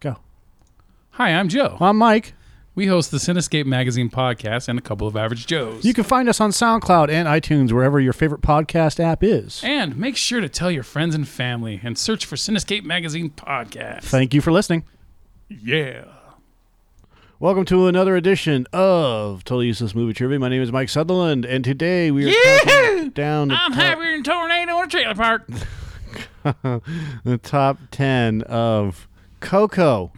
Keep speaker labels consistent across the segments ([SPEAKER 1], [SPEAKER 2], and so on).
[SPEAKER 1] Go.
[SPEAKER 2] Hi, I'm Joe.
[SPEAKER 1] I'm Mike.
[SPEAKER 2] We host the Cinescape Magazine podcast and a couple of Average Joes.
[SPEAKER 1] You can find us on SoundCloud and iTunes, wherever your favorite podcast app is.
[SPEAKER 2] and make sure to tell your friends and family and search for Cinescape Magazine podcast.
[SPEAKER 1] Thank you for listening.
[SPEAKER 2] yeah.
[SPEAKER 1] Welcome to another edition of Totally Useless Movie Trivia. My name is Mike Sutherland, and today we are counting down the
[SPEAKER 2] I'm
[SPEAKER 1] top,
[SPEAKER 2] happier than tornado in a trailer park.
[SPEAKER 1] the top 10 of Coco.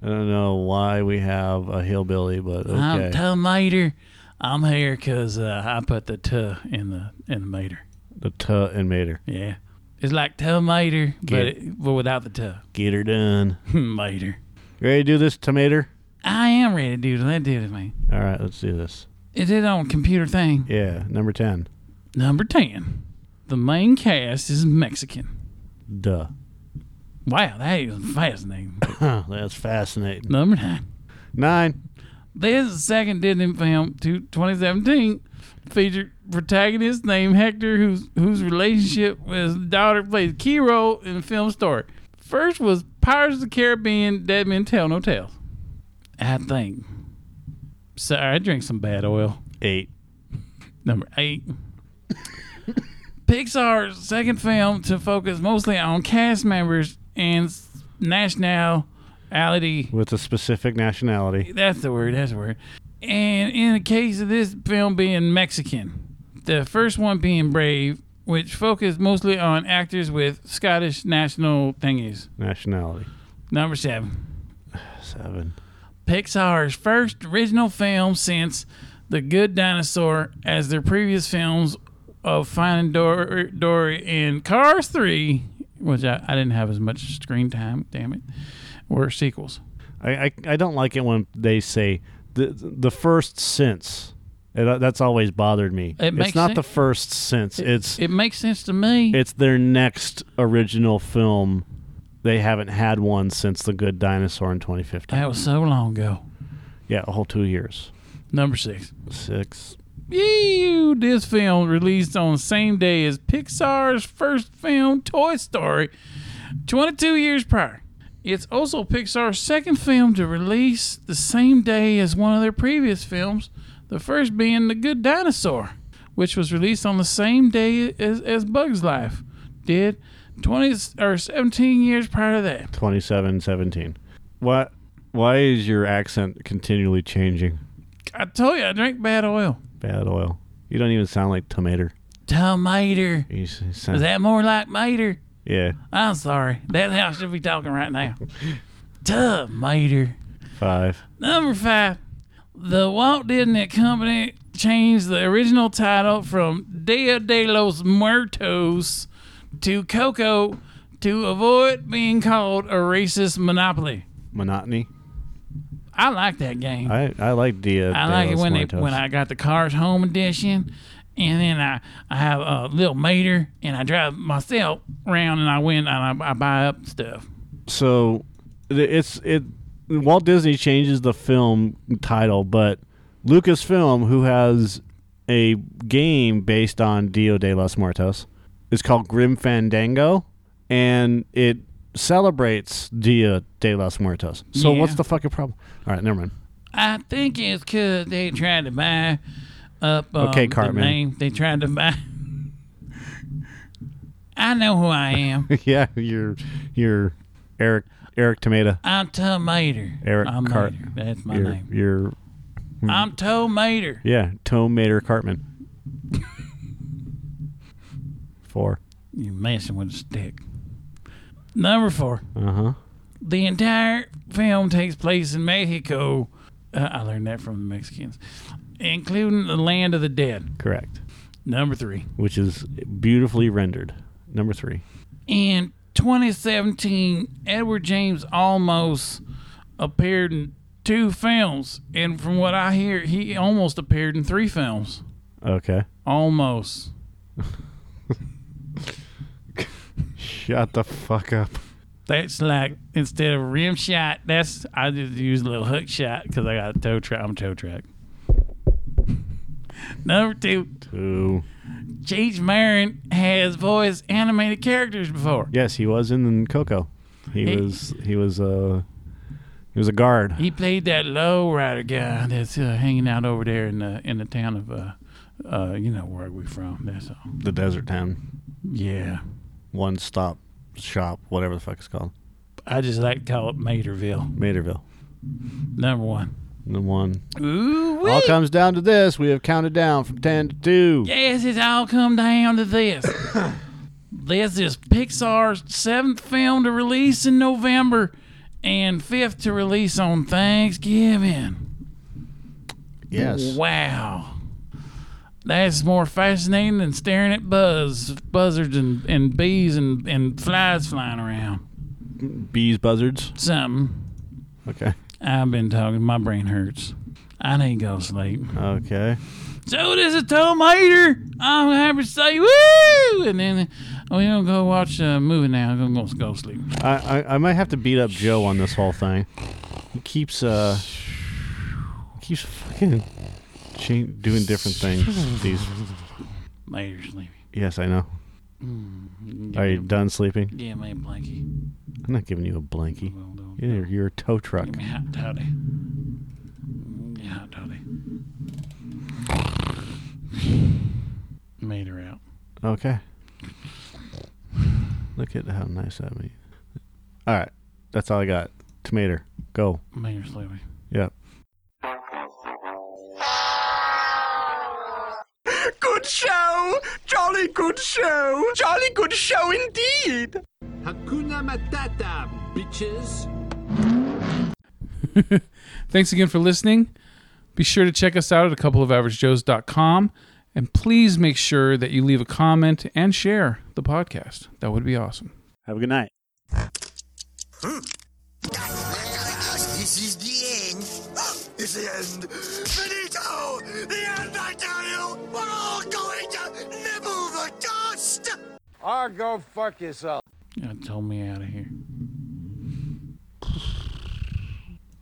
[SPEAKER 1] I don't know why we have a hillbilly, but okay.
[SPEAKER 2] I'm Tom Mater. I'm here 'cause uh, I put the t in the in the mater.
[SPEAKER 1] the tuh and mater.
[SPEAKER 2] Yeah. It's like Tom Mater, but,
[SPEAKER 1] Get-
[SPEAKER 2] it, but without the t.
[SPEAKER 1] Get her done.
[SPEAKER 2] Mater.
[SPEAKER 1] Ready to do this, tomater?
[SPEAKER 2] I am ready to do it. Let's do it, man.
[SPEAKER 1] All right, let's do this.
[SPEAKER 2] Is it on computer thing?
[SPEAKER 1] Yeah, number 10.
[SPEAKER 2] Number 10. The main cast is Mexican.
[SPEAKER 1] Duh.
[SPEAKER 2] Wow, that is fascinating.
[SPEAKER 1] Huh, that's fascinating.
[SPEAKER 2] Number 9.
[SPEAKER 1] Nine.
[SPEAKER 2] This is the second Disney film to 2017 featured protagonist named Hector, whose whose relationship with his daughter plays a key role in the film story. First was Pirates of the Caribbean: Dead Men Tell No Tales. I think. Sorry, I drink some bad oil.
[SPEAKER 1] Eight.
[SPEAKER 2] Number eight. Pixar's second film to focus mostly on cast members and s- nationality.
[SPEAKER 1] With a specific nationality.
[SPEAKER 2] That's the word. That's the word. And in the case of this film being Mexican, the first one being Brave, which focused mostly on actors with Scottish national thingies.
[SPEAKER 1] Nationality.
[SPEAKER 2] Number seven.
[SPEAKER 1] Seven.
[SPEAKER 2] Pixar's first original film since The Good Dinosaur, as their previous films of Finding Dory, Dory and Cars 3, which I, I didn't have as much screen time, damn it, were sequels.
[SPEAKER 1] I, I, I don't like it when they say the the first since. And that- that's always bothered me.
[SPEAKER 2] It
[SPEAKER 1] it's
[SPEAKER 2] makes
[SPEAKER 1] not
[SPEAKER 2] sen-
[SPEAKER 1] the first since. it's
[SPEAKER 2] It makes sense to me.
[SPEAKER 1] it's their next original film. They haven't had one since The Good Dinosaur in 2015.
[SPEAKER 2] that was so long ago. Uh-huh.
[SPEAKER 1] yeah, a whole two years.
[SPEAKER 2] Number six.
[SPEAKER 1] Six.
[SPEAKER 2] Ew, this film released on the same day as Pixar's first film, Toy Story, 22 years prior. It's also Pixar's second film to release the same day as one of their previous films, the first being The Good Dinosaur, which was released on the same day as, as Bug's Life did 20 or 17 years prior to that.
[SPEAKER 1] 27, 17. What? Why is your accent continually changing?
[SPEAKER 2] I told you I drink bad oil.
[SPEAKER 1] Bad oil. You don't even sound like tomato.
[SPEAKER 2] Tomater.
[SPEAKER 1] You s- you sound,
[SPEAKER 2] Is that more like mater?
[SPEAKER 1] yeah.
[SPEAKER 2] I'm sorry. That's how I should be talking right now. Duh, Mater.
[SPEAKER 1] Five.
[SPEAKER 2] Number five. The Walt Disney Company changed the original title from Dia de los Muertos to Coco to avoid being called a racist monopoly.
[SPEAKER 1] Monotony.
[SPEAKER 2] I like that game. I,
[SPEAKER 1] I, I like uh, Dia. de
[SPEAKER 2] like it
[SPEAKER 1] los
[SPEAKER 2] when they,
[SPEAKER 1] Muertos.
[SPEAKER 2] when I got the Cars Home Edition, and then I, I have a little Mater, and I drive myself around, and I win, and I, I buy up stuff.
[SPEAKER 1] so th- it's it. Walt Disney changes the film title, but Lucasfilm, who has a game based on Dia de los Muertos, is called Grim Fandango, and it celebrates Dia de los Muertos. So
[SPEAKER 2] Yeah.
[SPEAKER 1] what's the fucking problem? All right, never mind.
[SPEAKER 2] I think it's 'cause they tried to buy up um,
[SPEAKER 1] Okay,
[SPEAKER 2] the
[SPEAKER 1] Cartman.
[SPEAKER 2] name. They tried to buy. I know who I am.
[SPEAKER 1] yeah, you're you're Eric Eric Tomato.
[SPEAKER 2] I'm Tom Mater.
[SPEAKER 1] Eric
[SPEAKER 2] I'm
[SPEAKER 1] Cart- hmm.
[SPEAKER 2] Mater. That's my
[SPEAKER 1] You're,
[SPEAKER 2] name.
[SPEAKER 1] you're
[SPEAKER 2] I'm Tom Mater.
[SPEAKER 1] Yeah, Tome Mater Cartman. Four.
[SPEAKER 2] You messing with a stick. Number four.
[SPEAKER 1] Uh huh.
[SPEAKER 2] The entire film takes place in Mexico. Uh, I learned that from the Mexicans, including the land of the dead.
[SPEAKER 1] Correct.
[SPEAKER 2] Number three.
[SPEAKER 1] Which is beautifully rendered. Number three.
[SPEAKER 2] In 2017, Edward James almost appeared in two films, and from what I hear, he almost appeared in three films.
[SPEAKER 1] Okay.
[SPEAKER 2] Almost.
[SPEAKER 1] Shut the fuck up.
[SPEAKER 2] That's like instead of rim shot, that's I just use a little hook shot because I got a toe track. I'm toe track. Number two,
[SPEAKER 1] Two.
[SPEAKER 2] Cheech Marin has voiced animated characters before.
[SPEAKER 1] Yes, he was in Coco. He
[SPEAKER 2] He-
[SPEAKER 1] was he was uh He was a guard.
[SPEAKER 2] He played that low rider guy that's uh, hanging out over there in the in the town of uh, uh you know where we from. That's all.
[SPEAKER 1] The desert town,
[SPEAKER 2] Yeah,
[SPEAKER 1] one stop shop, whatever the fuck it's called,
[SPEAKER 2] I just like to call it Materville.
[SPEAKER 1] Materville.
[SPEAKER 2] Number one.
[SPEAKER 1] The one.
[SPEAKER 2] Ooh
[SPEAKER 1] All comes down to this. We have counted down from ten to two.
[SPEAKER 2] Yes, it's all come down to this. this is Pixar's seventh film to release in November and fifth to release on Thanksgiving.
[SPEAKER 1] Yes.
[SPEAKER 2] Wow. That's more fascinating than staring at buzz, buzzards and, and bees and, and flies flying around.
[SPEAKER 1] Bees, buzzards.
[SPEAKER 2] Something.
[SPEAKER 1] Okay.
[SPEAKER 2] I've been talking. My brain hurts. I need to go to sleep.
[SPEAKER 1] Okay.
[SPEAKER 2] So this is Tom Hader. I'm happy to say woo, and then we gonna go watch a movie now. I'm gonna go sleep.
[SPEAKER 1] I, I I might have to beat up Joe on this whole thing. He keeps uh keeps fucking cha- doing different things. These
[SPEAKER 2] Later, sleepy.
[SPEAKER 1] yes, I know.
[SPEAKER 2] Mm,
[SPEAKER 1] Are you done sleeping?
[SPEAKER 2] Yeah, man, blankie.
[SPEAKER 1] I'm not giving you a blankie.
[SPEAKER 2] Well done.
[SPEAKER 1] You're, you're a tow truck.
[SPEAKER 2] Give me a hot toddy. Give me a hot toddy. Made her out.
[SPEAKER 1] Okay. Look at how nice that meat. All right, that's all I got. Tomato, go.
[SPEAKER 2] Made her sleepy.
[SPEAKER 1] Yep.
[SPEAKER 3] Good show! Jolly good show! Jolly good show indeed!
[SPEAKER 4] Hakuna Matata, bitches.
[SPEAKER 5] Thanks again for listening. Be sure to check us out at a couple of averagejoes.com and please make sure that you leave a comment and share the podcast. That would be awesome.
[SPEAKER 1] Have a good night.
[SPEAKER 3] This is the end. It's the end. Benito! The end, I tell you! We're all going to nibble the dust!
[SPEAKER 4] Or go fuck yourself.
[SPEAKER 2] Yeah, told me out of here.